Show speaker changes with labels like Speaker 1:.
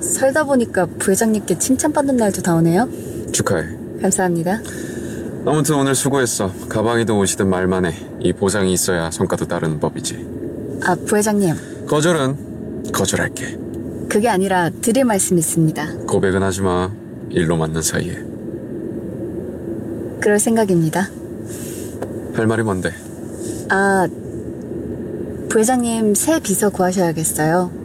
Speaker 1: 살다 보니까 부회장님께 칭찬받는 날도 다 오네요.
Speaker 2: 축하해.
Speaker 1: 감사합니다.
Speaker 2: 아무튼 오늘 수고했어. 가방이든 옷이든 말만 해. 이 보상이 있어야 성과도 따르는 법이지.
Speaker 1: 아, 부회장님.
Speaker 2: 거절은 거절할게.
Speaker 1: 그게 아니라 드릴 말씀이 있습니다.
Speaker 2: 고백은 하지 마. 일로 만난 사이에.
Speaker 1: 그럴 생각입니다.
Speaker 2: 할 말이 뭔데?
Speaker 1: 아, 부회장님 새 비서 구하셔야겠어요.